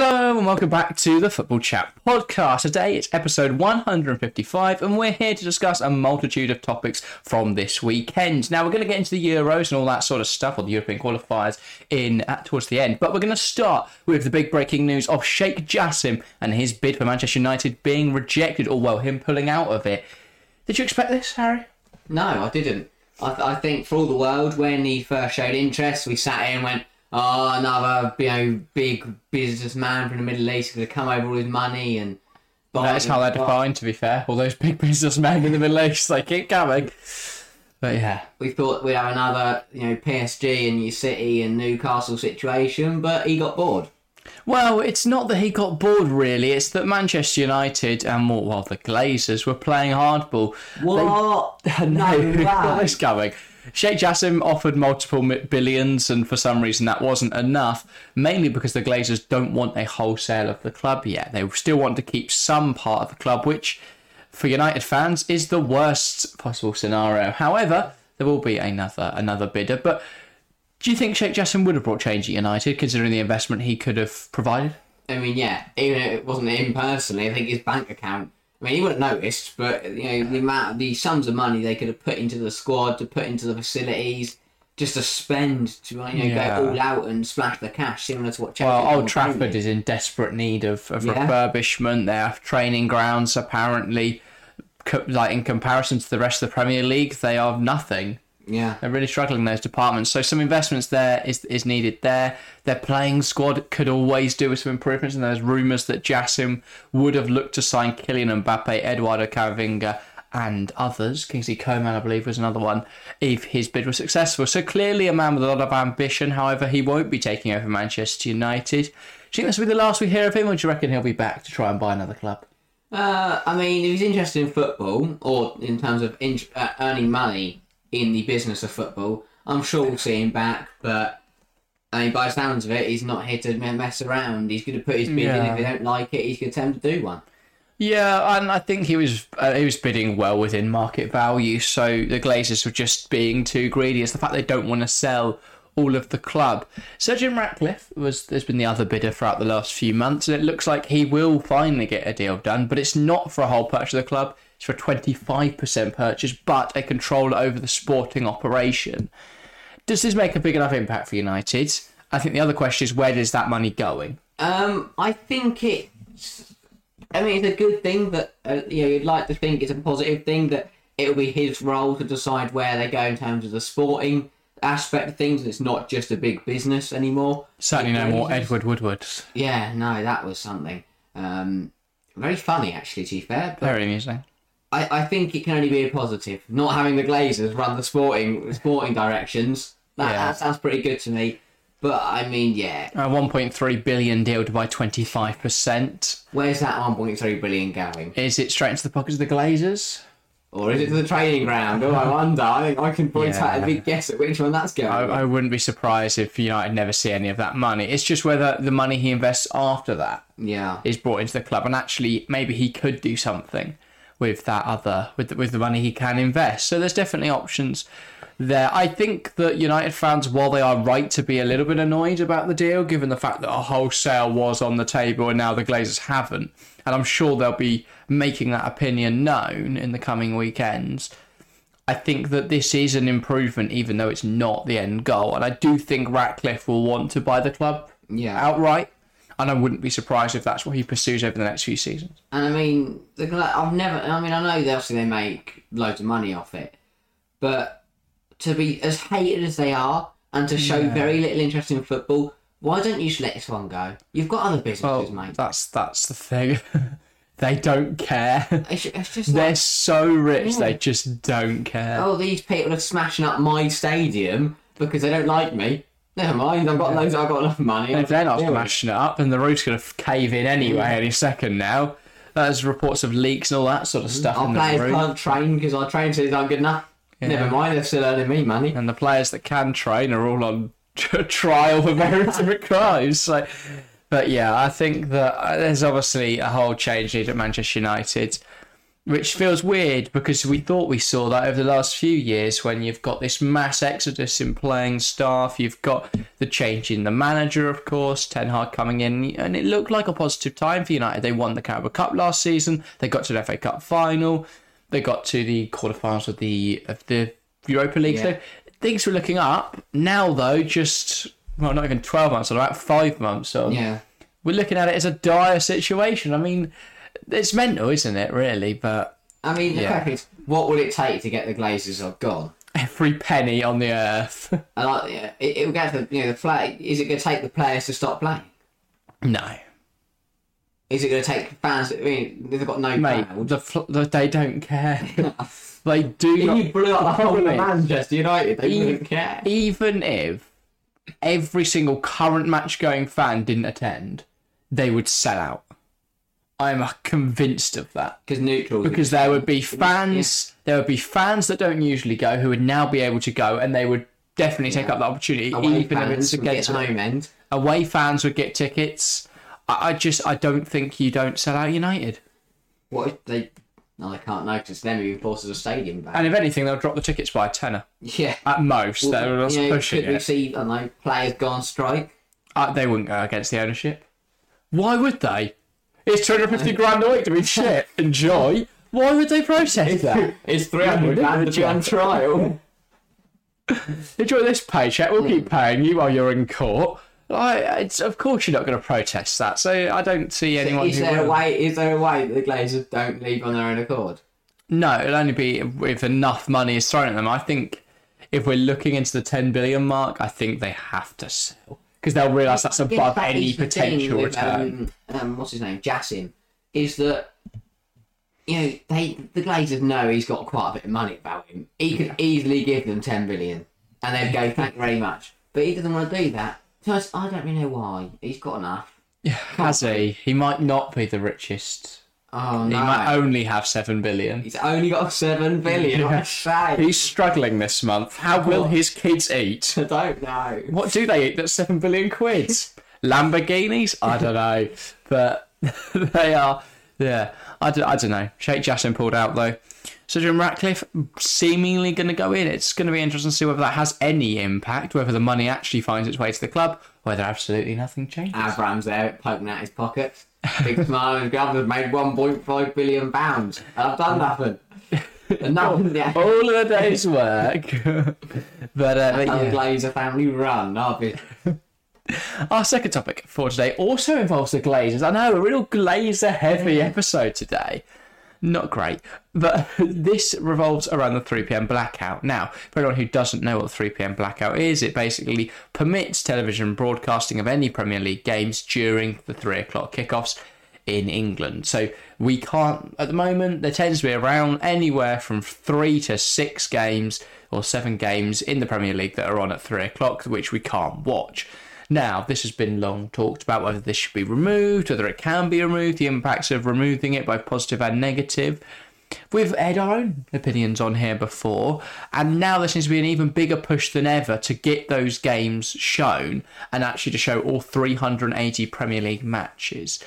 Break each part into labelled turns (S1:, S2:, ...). S1: and welcome back to the Football Chat podcast. Today it's episode 155, and we're here to discuss a multitude of topics from this weekend. Now we're going to get into the Euros and all that sort of stuff, or the European qualifiers, in at, towards the end. But we're going to start with the big breaking news of Sheikh Jassim and his bid for Manchester United being rejected, or well, him pulling out of it. Did you expect this, Harry?
S2: No, I didn't. I, th- I think for all the world, when he first showed interest, we sat here and went, "Oh, another you know big businessman from the Middle East going to come over with his money and." buy-
S1: That's how they're
S2: buy-"
S1: defined, to be fair. All those big businessmen in the Middle East, they keep coming. But yeah.
S2: We thought we'd have another you know PSG and New City and Newcastle situation, but he got bored.
S1: Well, it's not that he got bored, really. It's that Manchester United and more, well, the Glazers were playing hardball.
S2: What?
S1: No,
S2: way.
S1: not this coming. Sheikh Jassim offered multiple mi- billions, and for some reason that wasn't enough. Mainly because the Glazers don't want a wholesale of the club yet. They still want to keep some part of the club, which for United fans is the worst possible scenario. However, there will be another another bidder. But do you think Sheikh Jassim would have brought change at United, considering the investment he could have provided?
S2: I mean, yeah, even if it wasn't him personally, I think his bank account. I mean, he wouldn't have noticed, but you know the amount, the sums of money they could have put into the squad, to put into the facilities, just to spend to you know
S1: Yeah.
S2: go all out and splash the cash, similar to what Chelsea.
S1: Well,
S2: did
S1: Old
S2: with
S1: Trafford
S2: Rooney.
S1: is in desperate need of, of
S2: Yeah.
S1: refurbishment. Their training grounds, apparently, co- like in comparison to the rest of the Premier League, they are nothing.
S2: Yeah,
S1: They're really struggling in those departments. So some investments there is is needed. There, their playing squad could always do with some improvements. And there's rumours that Jassim would have looked to sign Kylian Mbappe, Eduardo Camavinga, and others. Kingsley Coman, I believe, was another one. If his bid was successful, so clearly a man with a lot of ambition. However, he won't be taking over Manchester United. Do you think this will be the last we hear of him, or do you reckon he'll be back to try and buy another club?
S2: uh, I mean, if he's interested in football or in terms of in- uh, earning money in the business of football, I'm sure we'll see him back. But I mean, by the sounds of it, he's not here to mess around. He's going to put his bid in.
S1: Yeah.
S2: If they don't like it, he's going to tell them to do one.
S1: Yeah, and I think he was uh, he was bidding well within market value. So the Glazers were just being too greedy. It's the fact they don't want to sell all of the club. Sir Jim Ratcliffe was has been the other bidder throughout the last few months, and it looks like he will finally get a deal done. But it's not for a whole purchase of the club. It's for a twenty five percent purchase, but a control over the sporting operation. Does this make a big enough impact for United? I think the other question is where is that money going?
S2: Um, I think it's. I mean, it's a good thing that uh, you know, you'd like to think it's a positive thing that it'll be his role to decide where they go in terms of the sporting aspect of things. It's not just a big business anymore.
S1: Certainly no more
S2: Glazers.
S1: Edward Woodwards.
S2: Yeah, no, that was something. Um, very funny actually. To be fair, but
S1: Very amusing.
S2: I, I think it can only be a positive. Not having the Glazers run the sporting sporting directions. That,
S1: Yeah.
S2: that sounds pretty good to me. But I mean, yeah,
S1: A 1.3 billion deal to buy 25%.
S2: where's that 1.3 billion going?
S1: Is it straight into the pockets of the Glazers?
S2: Or is it to the training ground? Oh, I wonder. I think I can point
S1: Yeah.
S2: out a big guess at which one that's going.
S1: I, I wouldn't be surprised if United never see any of that money. It's just whether the money he invests after that
S2: yeah.
S1: is brought into the club, and actually maybe he could do something with that other with the, with the money he can invest. So there's definitely options there. I think that United fans, while they are right to be a little bit annoyed about the deal, given the fact that a wholesale was on the table and now the Glazers haven't, and I'm sure they'll be making that opinion known in the coming weekends. I think that this is an improvement, even though it's not the end goal. And I do think Ratcliffe will want to buy the club
S2: Yeah.
S1: outright, and I wouldn't be surprised if that's what he pursues over the next few seasons.
S2: And I mean, the Gla- I've never. I mean, I know they obviously they make loads of money off it, but to be as hated as they are and to show very little interest in football, why don't you just let this one go? You've got other businesses, mate.
S1: that's that's the thing. they don't care.
S2: It's, it's just like,
S1: They're so rich, they just don't care.
S2: oh, these people are smashing up my stadium because they don't like me. Never mind. I've got loads. I've got enough money.
S1: If they're not
S2: Deal with it.
S1: smashing it up, then the roof's going to cave in anyway any second now. There's reports of leaks and all that sort of stuff
S2: Our
S1: in the
S2: players
S1: roof.
S2: can't train because our train says I'm good enough. Never mind, they're still earning me money.
S1: and the players that can train are all on trial for of crimes. Like, but yeah, I think that uh, there's obviously a whole change needed at Manchester United. which feels weird because we thought we saw that over the last few years when you've got this mass exodus in playing staff, you've got the change in the manager, of course, Ten Hag coming in, and it looked like a positive time for United. They won the Carabao Cup last season, they got to the FA Cup final, they got to the quarterfinals of the of the Europa League.
S2: Yeah.
S1: So things were looking up. Now though, just well, not even twelve months on, about five months on
S2: Yeah.
S1: we're looking at it as a dire situation. I mean, it's mental, isn't it? Really, but
S2: I mean, the
S1: Yeah.
S2: question is, what would it take to get the Glazers are gone?
S1: every penny on the earth.
S2: And I, yeah, it, it would go to the, you know the play. Is it going to take the players to stop playing?
S1: no,
S2: Is it going to take fans? I mean, they've got no
S1: mate,
S2: crowd.
S1: the, fl- the they don't care. they do
S2: If you
S1: not.
S2: blew up the whole of
S1: problem is-
S2: Manchester United, they
S1: He-
S2: wouldn't care.
S1: Even if every single current match-going fan didn't attend, they would sell out. I'm uh, convinced of that.
S2: Because neutrals. would-
S1: because there would be fans there would be fans that don't usually go who would now be able to go and they would definitely take up that opportunity
S2: away
S1: even if
S2: fans
S1: it's
S2: would get
S1: against
S2: home end.
S1: away fans would get tickets I, I just i don't think you don't sell out united
S2: What if they? No, they can't know because then we forces a stadium back.
S1: and if anything they'll drop the tickets by a tenner
S2: yeah.
S1: at most
S2: Well,
S1: they're not
S2: you know,
S1: pushing
S2: could we
S1: it
S2: see? I don't know players go on strike.
S1: uh, they wouldn't go against the ownership why would they it's 250 grand a week to be shit enjoy why would they process that
S2: it's
S1: Yeah,
S2: grand to be on
S1: yeah.
S2: trial.
S1: enjoy this paycheck. We'll keep paying you while you're in court. Like, it's of course you're not going to protest that. So I don't see anyone
S2: is
S1: who
S2: there a
S1: will.
S2: way? Is there a way that the Glazers don't leave on their own accord?
S1: No, it'll only be if enough money is thrown at them. I think if we're looking into the 10 billion mark, I think they have to sell because they'll realise that's
S2: Yeah,
S1: above
S2: that
S1: any
S2: is the
S1: potential
S2: thing with,
S1: return.
S2: Um, um, what's his name? Jasim. Is that you know they the Glazers know he's got quite a bit of money about him. He could easily give them ten billion, and they'd go thank you very much. But he doesn't want to do that. So it's- I don't really know why. He's got enough.
S1: Has he? He might not be the richest.
S2: Oh
S1: He
S2: no,
S1: might only have 7 billion.
S2: he's only got seven billion. I say,
S1: He's struggling this month. How will his kids eat?
S2: I don't know.
S1: What do they eat that's seven billion quid? Lamborghinis? I don't know, but they are. Yeah, I don't, I don't know. Sheikh Jassim pulled out though. So Jim Ratcliffe seemingly going to go in. It's going to be interesting to see whether that has any impact, whether the money actually finds its way to the club, whether absolutely nothing changes.
S2: Avram's there poking out his pockets. Big smile on his grab has made 1.5 billion pounds. And I've done nothing. And nothing yet.
S1: All of the day's work. but, uh, but
S2: And the
S1: yeah.
S2: Glazer family run. Obviously.
S1: Our second topic for today also involves the Glazers. I know, a real Glazer heavy episode today. Not great. But this revolves around the 3pm blackout. Now, for anyone who doesn't know what the 3pm blackout is, it basically permits television broadcasting of any Premier League games during the 3 o'clock kickoffs in England. So we can't, at the moment, there tends to be around anywhere from three to six games or seven games in the Premier League that are on at three o'clock, which we can't watch. Now, this has been long talked about whether this should be removed, whether it can be removed, the impacts of removing it, both positive and negative. We've aired our own opinions on here before, and now there seems to be an even bigger push than ever to get those games shown and actually to show all 380 Premier League matches.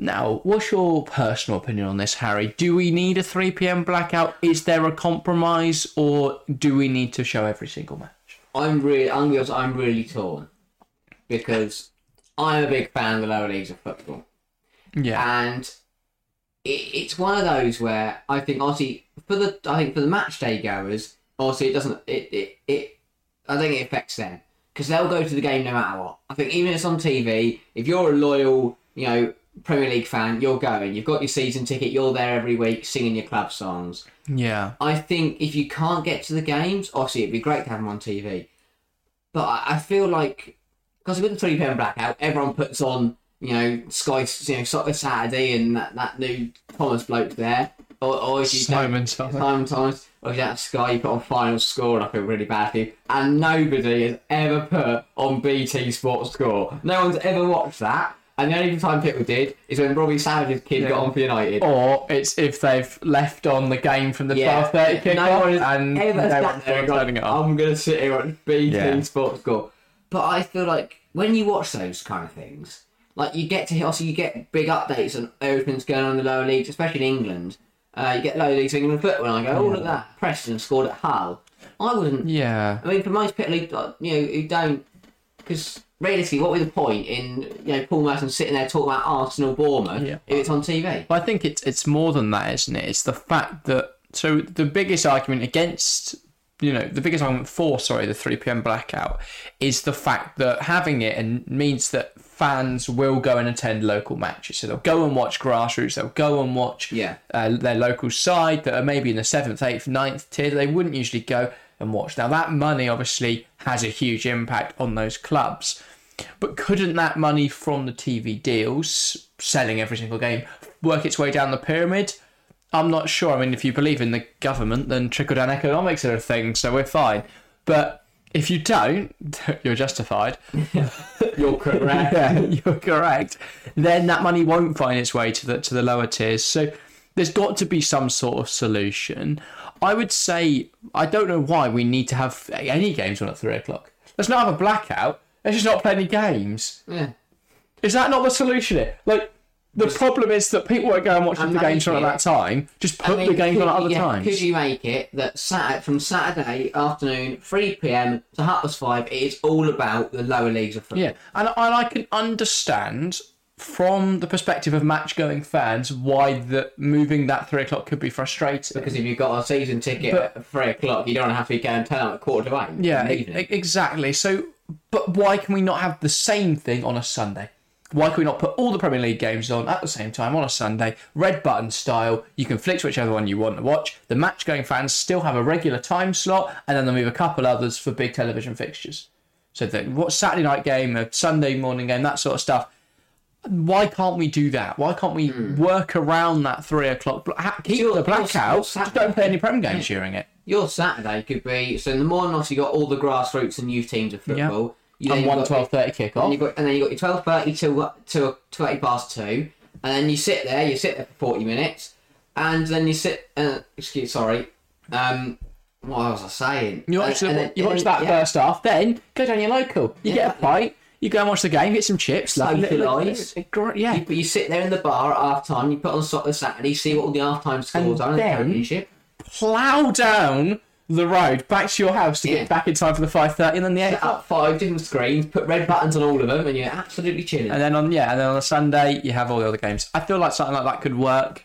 S1: Now, what's your personal opinion on this, Harry? Do we need a 3 pm blackout? Is there a compromise, or do we need to show every single match?
S2: I'm really, I'm, gonna be honest, I'm really torn. Because I'm a big fan of the lower leagues of football.
S1: Yeah.
S2: and it, it's one of those where I think obviously for the I think for the match day goers, obviously it doesn't it it, it I think it affects them because they'll go to the game no matter what. I think even if it's on TV, if you're a loyal you know Premier League fan, you're going. You've got your season ticket. You're there every week singing your club songs.
S1: Yeah.
S2: I think if you can't get to the games, obviously it'd be great to have them on TV. But I, I feel like because with the three pm blackout, everyone puts on you know Sky, you know Soccer Saturday and that, that new Thomas bloke there, or, or if you don't-
S1: Simon Simon.
S2: Simon Thomas, or if you don't have Sky, you put on Final Score, and I feel really bad for you. And nobody has ever put on BT Sports Score. No one's ever watched that. And the only time people did is when Robbie Savage's kid
S1: Yeah.
S2: got on for United.
S1: Or it's if they've left on the game from the
S2: Yeah.
S1: 12.30
S2: No one
S1: kickoff
S2: has
S1: and no
S2: ever sat
S1: one's
S2: there and "Oh,
S1: turning it off.
S2: I'm gonna sit here and be
S1: Oh. Yeah.
S2: yeah. sports score. But I feel like when you watch those kind of things, like you get to also you get big updates on everything's going on in the lower leagues, especially in England. Uh, you get loads of these things in the foot when I go, oh, look at that. Preston scored at Hull. I wasn't.
S1: Yeah.
S2: I mean, for most people who, uh, you know, who don't. Because realistically, what was the point in, you know, Paul Merson sitting there talking about Arsenal Bournemouth
S1: Yeah.
S2: if it's on TV?
S1: But I think it's it's more than that, isn't it? It's the fact that so the biggest argument against you know the biggest argument for sorry the 3 p.m. blackout is the fact that having it and means that fans will go and attend local matches. So they'll go and watch grassroots. They'll go and watch
S2: Yeah.
S1: uh, their local side that are maybe in the seventh, eighth, ninth tier. They wouldn't usually go and watch. Now that money obviously has a huge impact on those clubs. But couldn't that money from the TV deals, selling every single game, work its way down the pyramid? I'm not sure. I mean, if you believe in the government, then trickle down economics are a thing, so we're fine. But if you don't, you're justified.
S2: You're correct.
S1: Yeah, you're correct. Then that money won't find its way to the to the lower tiers. So there's got to be some sort of solution. I would say I don't know why we need to have any games on at three o'clock. Let's not have a blackout. Let's just not play any games.
S2: yeah.
S1: Is that not the solution? Here? Like the problem is that people won't go and watch
S2: And
S1: the games
S2: make
S1: on at
S2: it-
S1: that time. Just put
S2: I mean,
S1: the games on
S2: could
S1: at
S2: you-
S1: other
S2: yeah,
S1: times.
S2: Could you make it that Saturday, from Saturday afternoon, 3 pm to half past five, it is all about the lower leagues of football?
S1: Yeah, and and I can understand from the perspective of match-going fans why the moving that three o'clock could be frustrating.
S2: Because if you've got a season ticket
S1: But-
S2: at three o'clock, you don't have to go and turn up at quarter to eight. in
S1: yeah,
S2: the
S1: e-
S2: evening.
S1: e- exactly. So, but why can we not have the same thing on a Sunday? Why can we not put all the Premier League games on at the same time on a Sunday, red button style? You can flick to whichever one you want to watch. The match-going fans still have a regular time slot, and then they move a couple others for big television fixtures. So that what Saturday night game, a Sunday morning game, that sort of stuff. Why can't we do that? Why can't we
S2: Hmm.
S1: work around that three o'clock? bl- ha- Keep
S2: Sure,
S1: the
S2: of course,
S1: blackout. Just
S2: it's Saturday.
S1: don't play any Prem games during it.
S2: Your Saturday could be so in the morning. Obviously, you got all the grassroots and youth teams of football. You then
S1: And
S2: you've
S1: one
S2: got-
S1: twelve thirty kick
S2: And,
S1: off.
S2: you've got, and then you got your twelve thirty to to twenty past two, and then you sit there. You sit there for forty minutes, and then you sit. Uh, excuse, sorry. Um, what was I saying?
S1: You
S2: And-
S1: watch, the,
S2: and then-
S1: you
S2: and
S1: watch
S2: then-
S1: that
S2: yeah.
S1: first half, then go down your local. You get a
S2: exactly.
S1: pint, you go and watch the game, get some chips, like little- little-
S2: Socialise.
S1: gr- yeah.
S2: But you sit there in the bar at half time. You put on soccer Saturday. See what all the half time scores are in the
S1: then-
S2: championship.
S1: Plough down the road back to your house to
S2: Yeah.
S1: get back in time for the five thirty, and then the eight
S2: Set
S1: o'clock.
S2: up five different screens. Put red buttons on all of them, and you're absolutely chilling.
S1: And then on yeah, and then on a Sunday you have all the other games. I feel like something like that could work.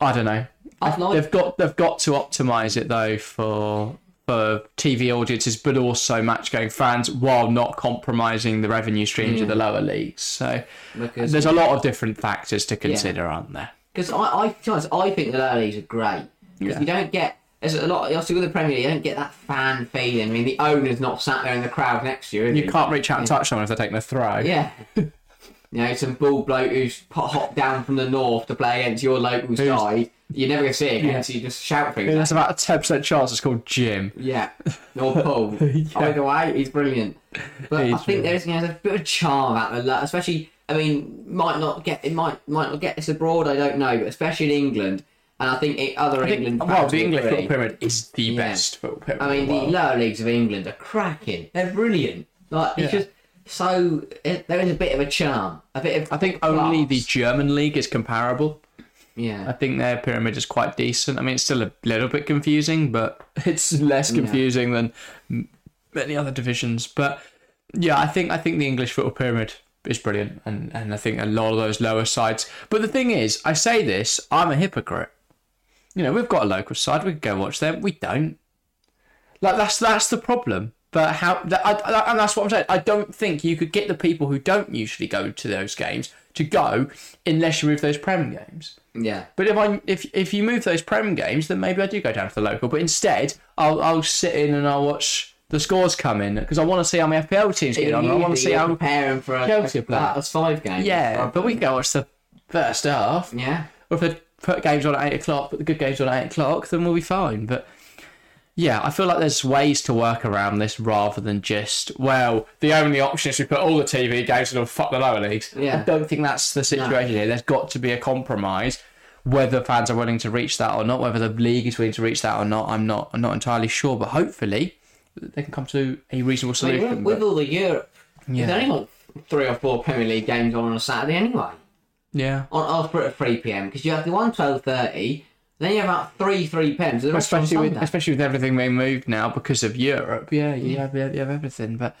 S1: I don't know.
S2: I'd like
S1: They've got they've got to optimize it though for for TV audiences, but also match going fans, while not compromising the revenue streams
S2: Mm.
S1: of the lower leagues. So
S2: because
S1: there's a lot of different factors to consider, aren't there?
S2: Because I, I, to be honest, I think the lower leagues are great. Because
S1: Yeah.
S2: you don't get, there's a lot, obviously with the Premier League, you don't get that fan feeling. I mean, the owner's not sat there in the crowd next to you. is
S1: You
S2: he?
S1: can't reach out and touch someone if they're taking a throw.
S2: Yeah. you know, some bald bloke who's pot hopped down from the north to play against your local side. You're never going to see him, so you just shout things.
S1: And
S2: Yeah.
S1: That's about a ten percent chance. It's called Jim.
S2: Yeah, or Paul. Either way, he's brilliant. But I
S1: He's
S2: think there's you know, there's a bit of charm about the lot, especially. I mean, might not get it might might not get this abroad. I don't know, but especially in England, and I think it, other England.
S1: Well,
S2: fans
S1: the
S2: will
S1: English
S2: agree.
S1: football pyramid is the best football pyramid.
S2: I mean,
S1: in the
S2: the
S1: world.
S2: lower leagues of England are cracking. They're brilliant. Like it's
S1: Yeah.
S2: just so it, there is a bit of a charm, a bit of.
S1: I think only the
S2: class.
S1: German league is comparable. I
S2: yeah.
S1: think their pyramid is quite decent. I mean, it's still a little bit confusing, but it's less confusing than m- many other divisions. But yeah, I think I think the English football pyramid is brilliant, and and I think a lot of those lower sides. But the thing is, I say this, I'm a hypocrite. You know, we've got a local side. We can go watch them. We don't. Like that's that's the problem. But how that, I, I- and that's what I'm saying. I don't think you could get the people who don't usually go to those games to go unless you move those prem games.
S2: Yeah.
S1: But if I if if you move those prem games, then maybe I do go down to the local. But instead, I'll I'll sit in and I'll watch the scores come in because I want to see how my FPL teams get on. I
S2: You'd
S1: want
S2: be
S1: to see how
S2: preparing for a,
S1: Chelsea
S2: a,
S1: play.
S2: a five game.
S1: yeah. But we can go watch the first half.
S2: yeah.
S1: Or if they put games on at eight o'clock, put the good games on at eight o'clock, then we'll be fine. But yeah, I feel like there's ways to work around this rather than just well, the only option is we put all the TV games and we'll fuck the lower leagues.
S2: Yeah.
S1: I don't think that's the situation here. There's got to be a compromise. Whether fans are willing to reach that or not, whether the league is willing to reach that or not, I'm not. I'm not entirely sure. But hopefully, they can come to a reasonable
S2: I mean,
S1: solution.
S2: with, with all the Europe,
S1: Yeah.
S2: there's only like three or four Premier League games on on a Saturday anyway.
S1: but- Yeah.
S2: on after at three pm because you have the one twelve thirty, then you have about three three pm. So the rest
S1: Especially
S2: on
S1: with
S2: Sunday.
S1: especially with everything being moved now because of Europe. Yeah, you have you have, you have everything, but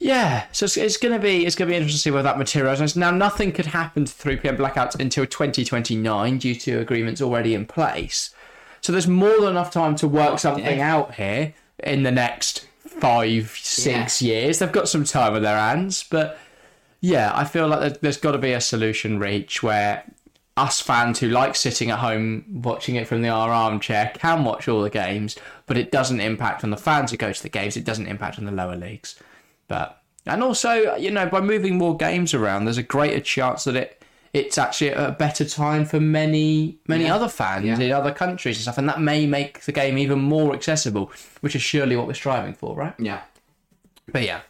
S1: yeah. So it's, it's gonna be it's gonna be interesting to see where that materialises. Now nothing could happen to three pm blackouts until twenty twenty nine due to agreements already in place. So there's more than enough time to work something out here in the next five six years. They've got some time on their hands, but yeah, I feel like there- there's got to be a solution reach where us fans who like sitting at home watching it from the our armchair can watch all the games, but it doesn't impact on the fans who go to the games. It doesn't impact on the lower leagues, but and also you know by moving more games around, there's a greater chance that it it's actually a better time for many many other fans
S2: Yeah.
S1: in other countries and stuff, and that may make the game even more accessible, which is surely what we're striving for, right?
S2: yeah.
S1: But yeah,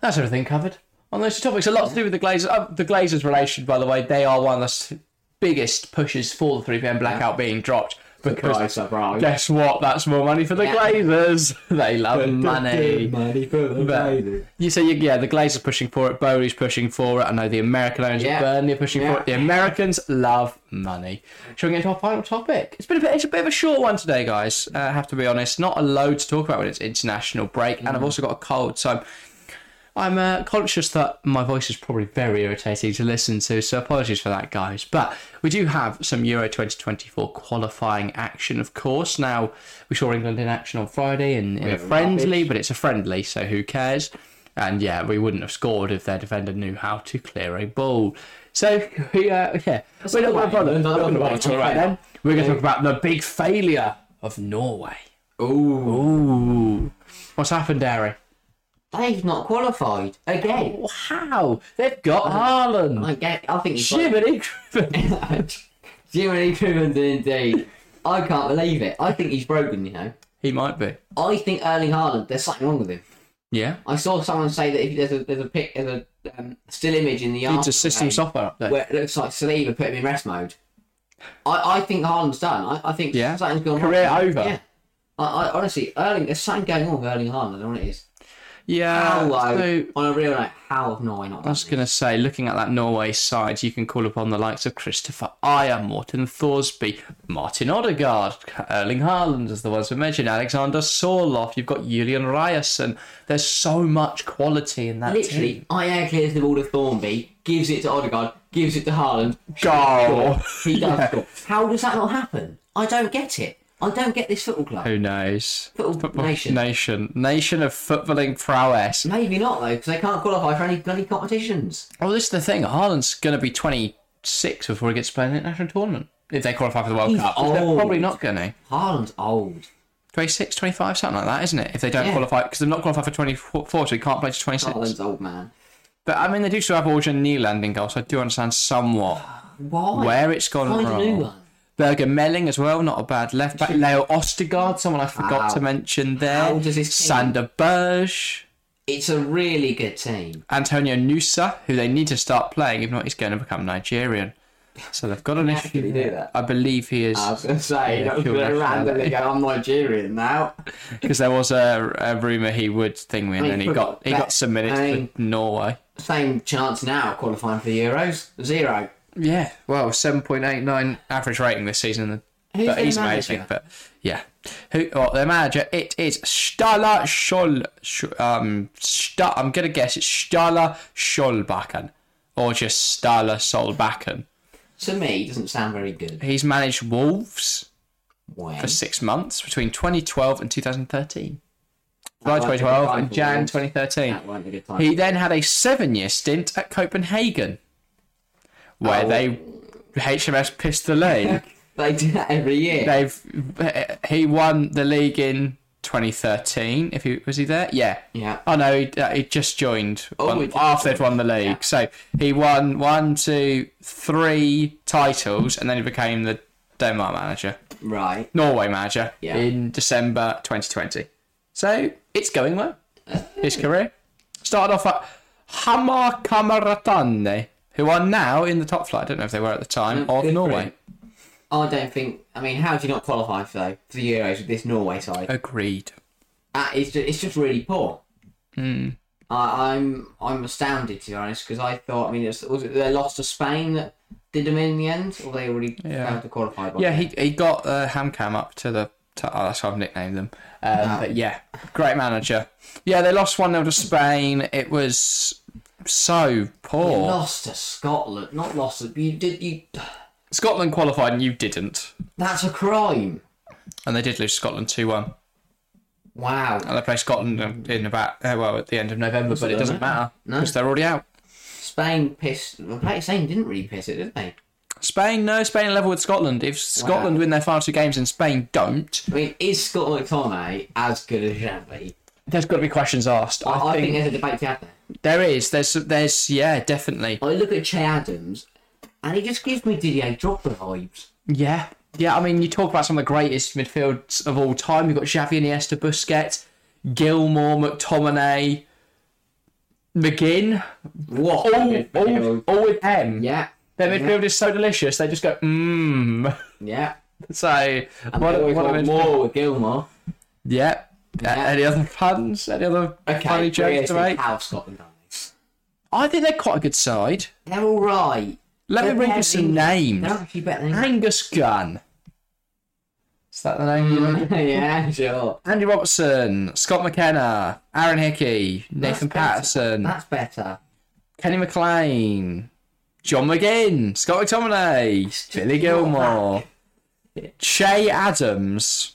S1: that's everything covered on those two topics. A lot to do with the Glazers. Uh, the Glazers relation, by the way, they are one of the s- biggest pushes for the 3 pm blackout being dropped because.
S2: Surprise, surprise.
S1: Guess what? That's more money for the
S2: Yeah.
S1: Glazers. They love money.
S2: Money for the
S1: But-
S2: baby.
S1: You say, yeah, the Glazers are pushing for it. Bowley's pushing for it. I know the American owners
S2: Yeah.
S1: of Burnley are pushing
S2: Yeah.
S1: for it. The Americans love money. Shall we get to our final topic? It's been a bit, it's a bit of a short one today, guys. Uh, I have to be honest. Not a load to talk about when it's international break,
S2: Mm.
S1: and I've also got a cold, so I'm uh, conscious that my voice is probably very irritating to listen to, so apologies for that, guys. But we do have some Euro 2024 qualifying action, of course. Now, we saw England in action on Friday in, in a
S2: have a
S1: friendly, but it's a friendly, so who cares? And yeah, we wouldn't have scored if their defender knew how to clear a ball. So, we, uh, yeah, we're not going to bother.
S2: alright, England,
S1: We're
S2: that's
S1: not going
S2: alright,
S1: to then.
S2: that's
S1: We're going to talk about the big failure of Norway.
S2: Ooh,
S1: Ooh. What's happened, Harry?
S2: they've not qualified again.
S1: Oh, Wow, they've got Haaland.
S2: I get. I think he's
S1: Jiminy Crippen.
S2: Jiminy Cribbins indeed. I can't believe it. I think he's broken. You know.
S1: He might be.
S2: I think Erling Haaland. There's something wrong with him.
S1: Yeah.
S2: I saw someone say that if there's a there's a pic there's a um, still image in the
S1: Needs
S2: Arsenal
S1: a system
S2: game
S1: software update.
S2: where it looks like Saliba put him in rest mode. I, I think Haaland's done. I, I think
S1: Yeah.
S2: something's gone
S1: Career
S2: wrong.
S1: over.
S2: Yeah. I, I honestly Erling there's something going on with Erling Haaland. I don't know what it is. How
S1: Yeah.
S2: like,
S1: Uh, so,
S2: on a real note, how have Norway not
S1: I
S2: done
S1: was going to say, looking at that Norway side, you can call upon the likes of Christopher Ayer, Morten Thorsby, Martin Odegaard, Erling Haaland is the ones we mentioned, Alexander Sorloff, you've got Julian Ryerson. There's so much quality in that team.
S2: Literally, Ayer clears the ball to Thornby, gives it to Odegaard, gives it to Haaland.
S1: Goal.
S2: He does score. How does that not happen? I don't get it. I don't get this football club.
S1: Who knows?
S2: Football nation.
S1: Nation. Nation of footballing prowess.
S2: Maybe not though, because they can't qualify for any bloody competitions.
S1: Well, this is the thing. Haaland's going to be 26 before he gets to play in the international tournament. If they qualify for the World
S2: He's
S1: Cup, they're
S2: old.
S1: probably not going to.
S2: Haaland's old.
S1: 26, 25, something like that, isn't it? If they don't
S2: Yeah.
S1: qualify, because they're not qualified for 24, so he can't play to 26.
S2: Haaland's old man.
S1: But I mean, they do still have Orjan Nyland in goal, so I do understand somewhat
S2: Why?
S1: where it's gone
S2: Find
S1: wrong.
S2: a new one.
S1: Berger Melling as well, not a bad left back. Leo Ostergaard, someone I forgot
S2: Wow.
S1: to mention there.
S2: How does this team-
S1: Sander Berge.
S2: It's a really good team.
S1: Antonio Nusa, who they need to start playing, if not, he's going to become Nigerian. So they've got an issue.
S2: actually do
S1: there.
S2: that? Ah,
S1: I believe he is,
S2: I was going to say,
S1: Yeah,
S2: not
S1: pure
S2: going to randomly
S1: nationality.
S2: go, I'm Nigerian now.
S1: because there was a, a rumor he would thing win,
S2: mean,
S1: and he
S2: for-
S1: got he got some minutes
S2: I mean-
S1: for Norway.
S2: Same chance now qualifying for the Euros. Zero.
S1: Yeah, well, seven point eight nine average rating this season.
S2: Who's
S1: but
S2: their
S1: he's
S2: manager?
S1: amazing. But yeah, who? Well, their manager it is Stala Schol. Sch- Um, Sta- I'm gonna guess it's Stala Scholbakken, or just Stala Solbakken.
S2: To me, doesn't sound very good.
S1: He's managed Wolves.
S2: When?
S1: for six months between 2012 and 2013. July
S2: That wasn't a
S1: 2012
S2: time
S1: and
S2: for
S1: Jan
S2: Wolves.
S1: 2013.
S2: That weren't a good time.
S1: He then had a seven year stint at Copenhagen, where
S2: Oh.
S1: they HMS pissed the league.
S2: They do that every year.
S1: They've he won the league in 2013. If he was he there, yeah.
S2: Yeah.
S1: Oh no, he, uh, he just joined
S2: Oh,
S1: one-
S2: he just
S1: after they'd won the league. So he won one, two, three titles, and then he became the Denmark manager.
S2: Right.
S1: Norway manager
S2: Yeah.
S1: in December 2020. So it's going well. His career started off at Hamar Kamaratane, who are now in the top flight. I don't know if they were at the time
S2: Mm,
S1: of
S2: good
S1: Norway.
S2: I don't think. I mean, how do you not qualify for, though, for the Euros with this Norway side?
S1: Agreed. Hmm.
S2: That is just, it's just really poor. I, I'm I'm astounded to be honest because I thought I mean it was, was it they lost to Spain that did them in the end or they already
S1: Yeah.
S2: failed to qualify. By
S1: Yeah, he he got uh, Hamcam up to the. To, oh, that's how I've nicknamed them. Um, But yeah, great manager. Yeah, they lost one 0 to Spain. It was so
S2: You
S1: poor.
S2: lost to Scotland, not lost. To, you did you.
S1: Scotland qualified and you didn't,
S2: That's a crime.
S1: and they did lose Scotland two one.
S2: Wow.
S1: And they play Scotland in about uh, well at the end of November, but it
S2: it
S1: doesn't
S2: doesn't
S1: matter
S2: No.
S1: because they're already out.
S2: Spain pissed. Well, like Spain didn't really piss it, did they?
S1: Spain, no, Spain are level with Scotland. If Scotland win their final two games and Spain don't,
S2: I mean, is Scott McTominay as good as Xavi?
S1: there's got to be questions asked.
S2: I,
S1: I,
S2: I
S1: think,
S2: think there's a debate to have there.
S1: there is. There's there's yeah, definitely.
S2: I look at Che Adams, and he just gives me Didier Drogba vibes.
S1: Yeah. Yeah, I mean, you talk about some of the greatest midfields of all time. You've got Xavi Iniesta, Busquets, Gilmore, McTominay, McGinn.
S2: What? a
S1: All,
S2: good
S1: all,
S2: midfield.
S1: all with them.
S2: Yeah.
S1: Their midfield is so delicious. They just go, mmm.
S2: Yeah.
S1: So,
S2: And
S1: what,
S2: they always
S1: what a
S2: want
S1: midfield.
S2: more with Gilmore.
S1: Yeah. A-
S2: Yeah.
S1: Any other puns? Any other funny jokes to
S2: realistic,
S1: make?
S2: How Scotland are they?
S1: I think they're quite a good side.
S2: They're all right.
S1: Let
S2: They're
S1: me read you
S2: better
S1: some
S2: than-
S1: names.
S2: They're actually better than
S1: Angus Gunn. Is that the name? you
S2: Mm.
S1: remember?
S2: yeah, sure.
S1: Andy Robertson, Scott McKenna, Aaron Hickey, Nathan
S2: better.
S1: Patterson,
S2: That's better.
S1: Kenny McLean, John McGinn, Scott McTominay, Billy Gilmore, Che Adams.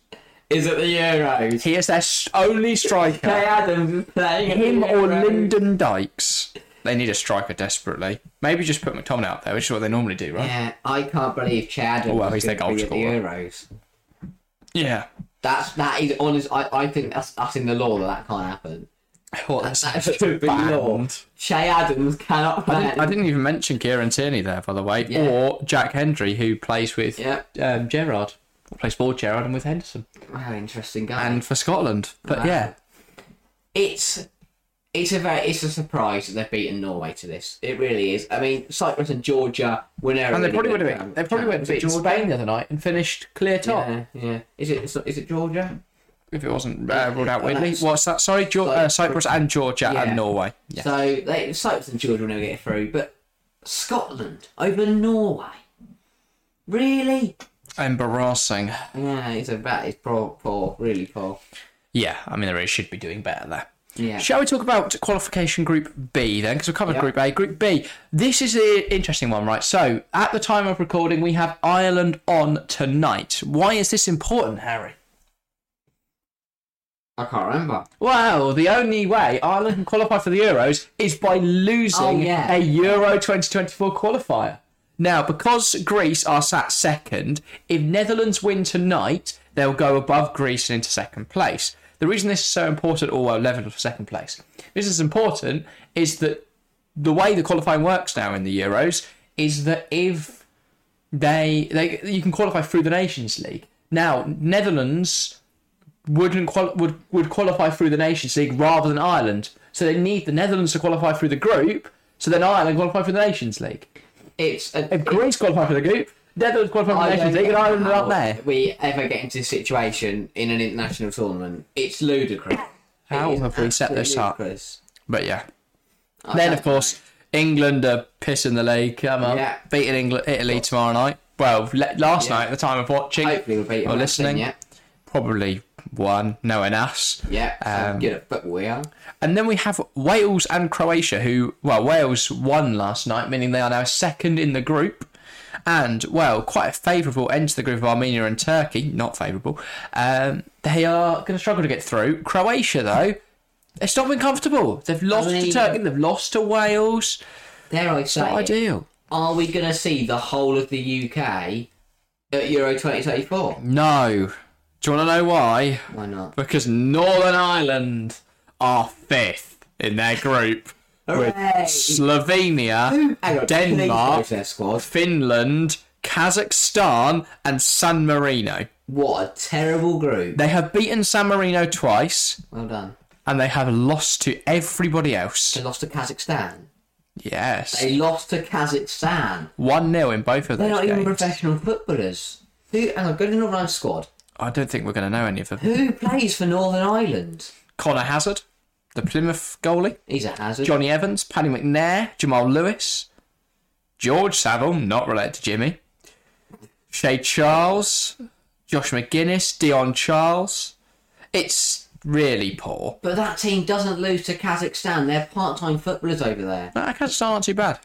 S2: Is it the Euros?
S1: He is their s- only
S2: Che
S1: striker.
S2: Adams is playing. at the
S1: Him or
S2: Euros.
S1: Lyndon Dykes. They need a striker desperately. Maybe just put McTominay out there, which is what they normally do, right?
S2: Yeah, I can't believe Chad. Oh,
S1: well, he's their
S2: at the
S1: goalscorer.
S2: Euros.
S1: Yeah.
S2: That's that is honest. I, I think that's that's in the law that that can't happen.
S1: Well, that's
S2: That
S1: just
S2: should be law.
S1: banned.
S2: Che Adams cannot play.
S1: I didn't, I didn't even mention Kieran Tierney there, by the way,
S2: Yeah.
S1: or Jack Hendry, who plays with
S2: Yeah.
S1: um, Gerard, plays for Gerard and with Henderson,
S2: Wow, interesting guy.
S1: and for Scotland. But
S2: Wow.
S1: yeah,
S2: it's it's a very it's a surprise that they've beaten Norway to this. It really is. I mean, Cyprus and Georgia were never.
S1: and they
S2: really
S1: probably would
S2: good
S1: have been,
S2: round-
S1: they probably would have
S2: Was it
S1: beaten
S2: Georgia?
S1: Spain the other night and finished clear top
S2: Yeah, yeah. Is it is it Georgia?
S1: if it wasn't uh, ruled out
S2: Yeah,
S1: weirdly.
S2: that's-
S1: What's that? Sorry, Geor- uh, Cyprus and Georgia
S2: Yeah.
S1: and Norway. Yeah.
S2: So they, Cyprus and Georgia will never get through, but Scotland over Norway. Really?
S1: Embarrassing.
S2: Yeah, it's a that is poor, poor, really poor.
S1: Yeah, I mean they really should be doing better there.
S2: Yeah.
S1: Shall we talk about qualification group B then? Because we've covered
S2: Yeah.
S1: group A. Group B, this is an interesting one, right? So, at the time of recording, we have Ireland on tonight. Why is this important, Harry?
S2: I can't remember.
S1: Well, the only way Ireland can qualify for the Euros is by losing
S2: Oh, yeah.
S1: a Euro 2024 qualifier. Now, because Greece are sat second, if Netherlands win tonight, they'll go above Greece and into second place. The reason this is so important, or well, level of second place, this is important is that the way the qualifying works now in the Euros is that if they they you can qualify through the Nations League. Now Netherlands wouldn't quali- would would qualify through the Nations League rather than Ireland, so they need the Netherlands to qualify through the group. So then Ireland qualify for the Nations League.
S2: It's a,
S1: If Greece qualify for the group, Netherlands qualify for the
S2: I
S1: Nations
S2: don't
S1: League, and
S2: know
S1: Ireland are
S2: how
S1: up there.
S2: We ever get into this situation in an international tournament? It's ludicrous.
S1: How
S2: It is
S1: have we set this
S2: absolutely
S1: up?
S2: ludicrous.
S1: But yeah,
S2: I
S1: then
S2: don't
S1: of course England are pissing the league. Come on,
S2: Yeah.
S1: beating England, Italy tomorrow night. Well, le- last
S2: Yeah.
S1: night at the time of watching,
S2: know. Hopefully, we'll beat
S1: or
S2: them,
S1: listening,
S2: Yeah,
S1: probably one, knowing us.
S2: yeah.
S1: Um,
S2: Um, good at football, we are.
S1: And then we have Wales and Croatia, who, well, Wales won last night, meaning they are now second in the group. And, well, quite a favourable end to the group of Armenia and Turkey. Not favourable. Um, they are going to struggle to get through. Croatia, though, it's not been comfortable. They've lost to
S2: mean-
S1: Turkey, they've lost to Wales.
S2: Dare I say,
S1: Not
S2: it,
S1: ideal.
S2: are we going to see the whole of the UK at Euro 2024?
S1: No. Do you want to know why?
S2: Why not?
S1: Because Northern Ireland are fifth in their group. with
S2: Hooray!
S1: Slovenia,
S2: Hang on, please go
S1: Denmark,
S2: to their squad.
S1: Finland, Kazakhstan, and San Marino.
S2: What a terrible group.
S1: They have beaten San Marino twice,
S2: Well done.
S1: and they have lost to everybody
S2: They
S1: else.
S2: lost to Kazakhstan.
S1: Yes,
S2: They lost to Kazakhstan.
S1: one 0 in both of
S2: They're
S1: those
S2: not even
S1: games.
S2: professional footballers. Who? Hang on, go to the Northern Ireland squad.
S1: I don't think we're going to know any of them.
S2: Who plays for Northern Ireland?
S1: Connor Hazard, the Plymouth goalie,
S2: He's a hazard.
S1: Johnny Evans, Paddy McNair, Jamal Lewis, George Saville, not related to Jimmy, Shay Charles, Josh McGuinness, Dion Charles. It's really poor.
S2: But that team doesn't lose to Kazakhstan. They're part-time footballers over there.
S1: No, Kazakhstan aren't too bad.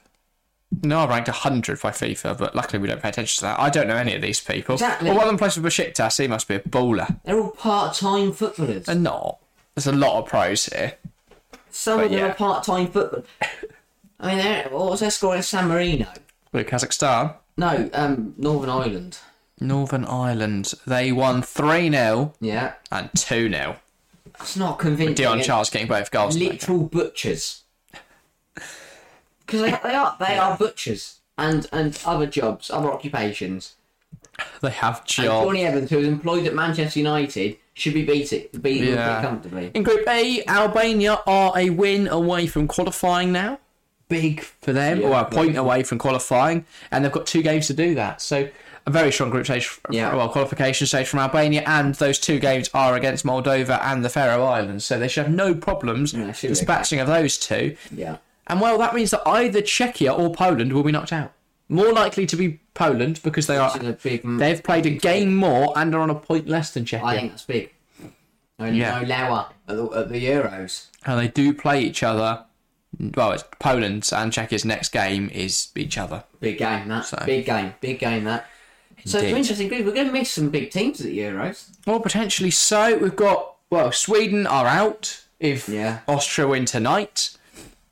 S1: No, I ranked 100 by FIFA, but luckily we don't pay attention to that. I don't know any of these people.
S2: Exactly.
S1: Well, one of them plays for Besiktas. He must be a baller.
S2: They're all part-time footballers.
S1: They're not. There's a lot of pros here.
S2: Some
S1: but
S2: of them
S1: yeah.
S2: are part-time football. I mean, they're, what was their score in San Marino?
S1: Look, Kazakhstan.
S2: No, um, Northern Ireland.
S1: Northern Ireland. They won 3 0
S2: Yeah,
S1: and 2 0.
S2: it's not convincing.
S1: Dion
S2: And
S1: Charles getting both goals.
S2: Literal butchers. Because they, they are they are butchers and and other jobs, other occupations.
S1: They have
S2: And
S1: job.
S2: Johnny Evans, who is employed at Manchester United, should be beating beating
S1: Yeah.
S2: comfortably.
S1: In Group A, Albania are a win away from qualifying now. Big for them, or
S2: Yeah.
S1: a point away from qualifying, and they've got two games to do that. So a very strong group stage,
S2: Yeah.
S1: well qualification stage from Albania, and those two games are against Moldova and the Faroe Islands. So they should have no problems
S2: Yeah, should be
S1: dispatching of those two.
S2: Yeah.
S1: And well, that means that either Czechia or Poland will be knocked out. More likely to be Poland because they
S2: Which is
S1: are
S2: a big, m-
S1: they've played a game more and are on a point less than Czechia.
S2: I think that's big. Only
S1: Yeah.
S2: no lower at the, at the Euros.
S1: and they do play each other. Well, it's Poland's and Czechia's next game is each other.
S2: Big game that. Big game. Big game that. So it's
S1: Indeed.
S2: interesting. We're going to miss some big teams at the Euros.
S1: Well, potentially so. We've got well, Sweden are out if
S2: Yeah.
S1: Austria win tonight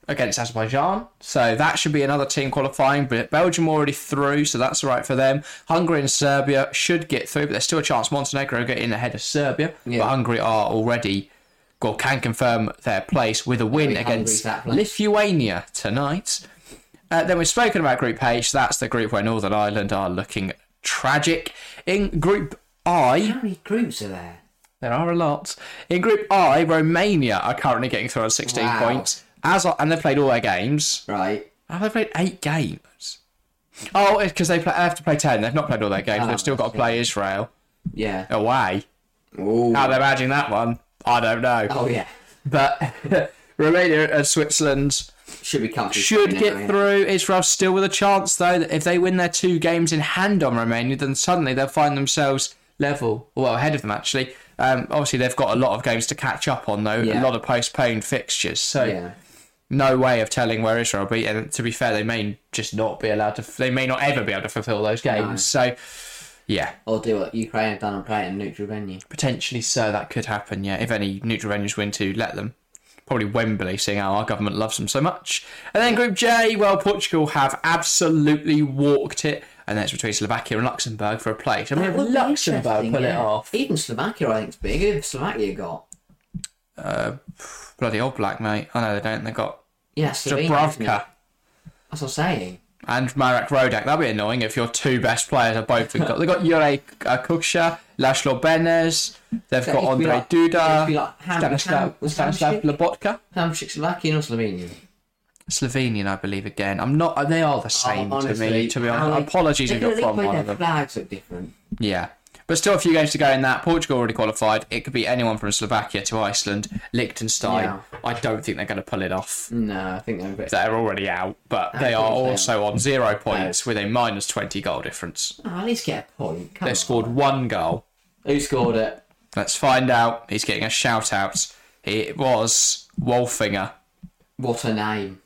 S1: against Azerbaijan, so that should be another team qualifying. But Belgium already through, so that's all right for them. Hungary and Serbia should get through, but there's still a chance Montenegro get in ahead of Serbia.
S2: Yeah.
S1: But Hungary are already. Well, can confirm their place with a win
S2: Hungary
S1: against
S2: that place.
S1: Lithuania tonight. Uh, then we've spoken about Group H. That's the group where Northern Ireland are looking tragic. In Group I,
S2: How many groups are there?
S1: there are a lot. In Group I, Romania are currently getting through on 16
S2: Wow.
S1: points. As are, and they've played all their games.
S2: Right.
S1: Have they played eight games? Oh, because they, play, they have to play 10. They've not played all their games.
S2: Oh,
S1: they've still got to
S2: okay.
S1: play Israel
S2: Yeah.
S1: away.
S2: Ooh.
S1: How they're managing that one, I don't know.
S2: Oh yeah.
S1: But Romania and Switzerland
S2: Should be comfortable.
S1: should
S2: now, yeah.
S1: get through. Israel still with a chance, though. That if they win their two games in hand on Romania, then suddenly they'll find themselves level, well ahead of them actually. Um, obviously, they've got a lot of games to catch up on, though.
S2: Yeah.
S1: A lot of postponed fixtures, so
S2: Yeah.
S1: no way of telling where Israel will be. And to be fair, they may just not be allowed to. They may not ever be able to fulfil those games. So, yeah,
S2: Or do what Ukraine have done and play at a neutral venue.
S1: potentially so that could happen. Yeah, if any neutral venues win to let them. Probably Wembley, seeing how our government loves them so much. And then Group J, well, Portugal have absolutely walked it, and that's between Slovakia and Luxembourg for a place. I mean, if
S2: Would be
S1: Luxembourg
S2: interesting,
S1: pull it
S2: yeah.
S1: off.
S2: Even Slovakia, I think, is big. Who have Slovakia got?
S1: Bloody old black, mate. I know they don't. They've got
S2: Yeah, Slovenia. isn't it?
S1: Dubravka
S2: That's what I'm saying.
S1: and Marek Rodak. That'd be annoying if your two best players are both. They've got, they've got Jure uh, Kuksha, Laszlo Benes, they've got
S2: it'd be
S1: Andre
S2: like- it'd
S1: Duda,
S2: be like Ham-
S1: Stanislav,
S2: Ham- was
S1: Stanislav
S2: Hamšík?
S1: Lobotka.
S2: Hamshik Slovakian or Slovenian?
S1: Slovenian, I believe. Again, I'm not. They are the same to me.
S2: Oh, honestly,
S1: To be
S2: how
S1: honest,
S2: they-
S1: apologies
S2: They
S1: if you're
S2: could at least
S1: from
S2: play
S1: one
S2: their
S1: of them.
S2: flags look different.
S1: Yeah, but still a few games to go in that. Portugal already qualified. It could be anyone from Slovakia to Iceland, Liechtenstein.
S2: Yeah.
S1: I don't think they're going to pull it off.
S2: No, I think they're a bit.
S1: They're already out, but they
S2: of
S1: are
S2: course they
S1: also on zero points with a minus twenty goal difference.
S2: Oh, at least get a point. Come
S1: They
S2: on.
S1: scored one goal.
S2: Who scored it?
S1: Let's find out. He's getting a shout out. It was Wolfinger.
S2: What a name.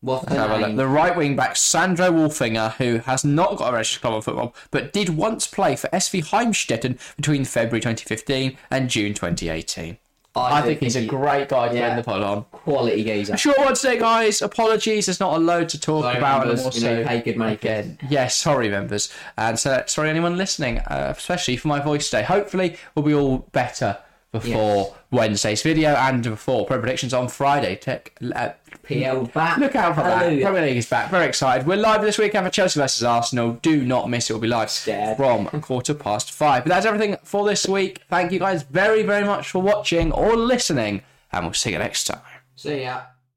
S2: What
S1: Have a
S2: a
S1: look.
S2: name.
S1: The right wing back Sandro Wolfinger, who has not got a registered club on football, but did once play for SV Heimstetten between February 2015 and June 2018. I, think, he's a
S2: he-
S1: great guy to
S2: yeah.
S1: end the pod on.
S2: quality geezer.
S1: Short one today, guys. Apologies, there's not a load to talk
S2: Sorry,
S1: about. and
S2: members, you know,
S1: also-
S2: you pay good money for this.
S1: yeah, sorry, members, and so sorry anyone listening, uh, especially for my voice today. Hopefully, we'll be all better before Wednesday's video and before pro predictions on Friday. Tech, uh,
S2: PL back.
S1: look out for that.
S2: Hallelujah.
S1: Premier League is back. Very excited. We're live this weekend for Chelsea versus Arsenal. Do not miss it. We'll be live
S2: Scared.
S1: from quarter past five. But that's everything for this week. Thank you guys very, very much for watching or listening, and we'll see you next time.
S2: See ya.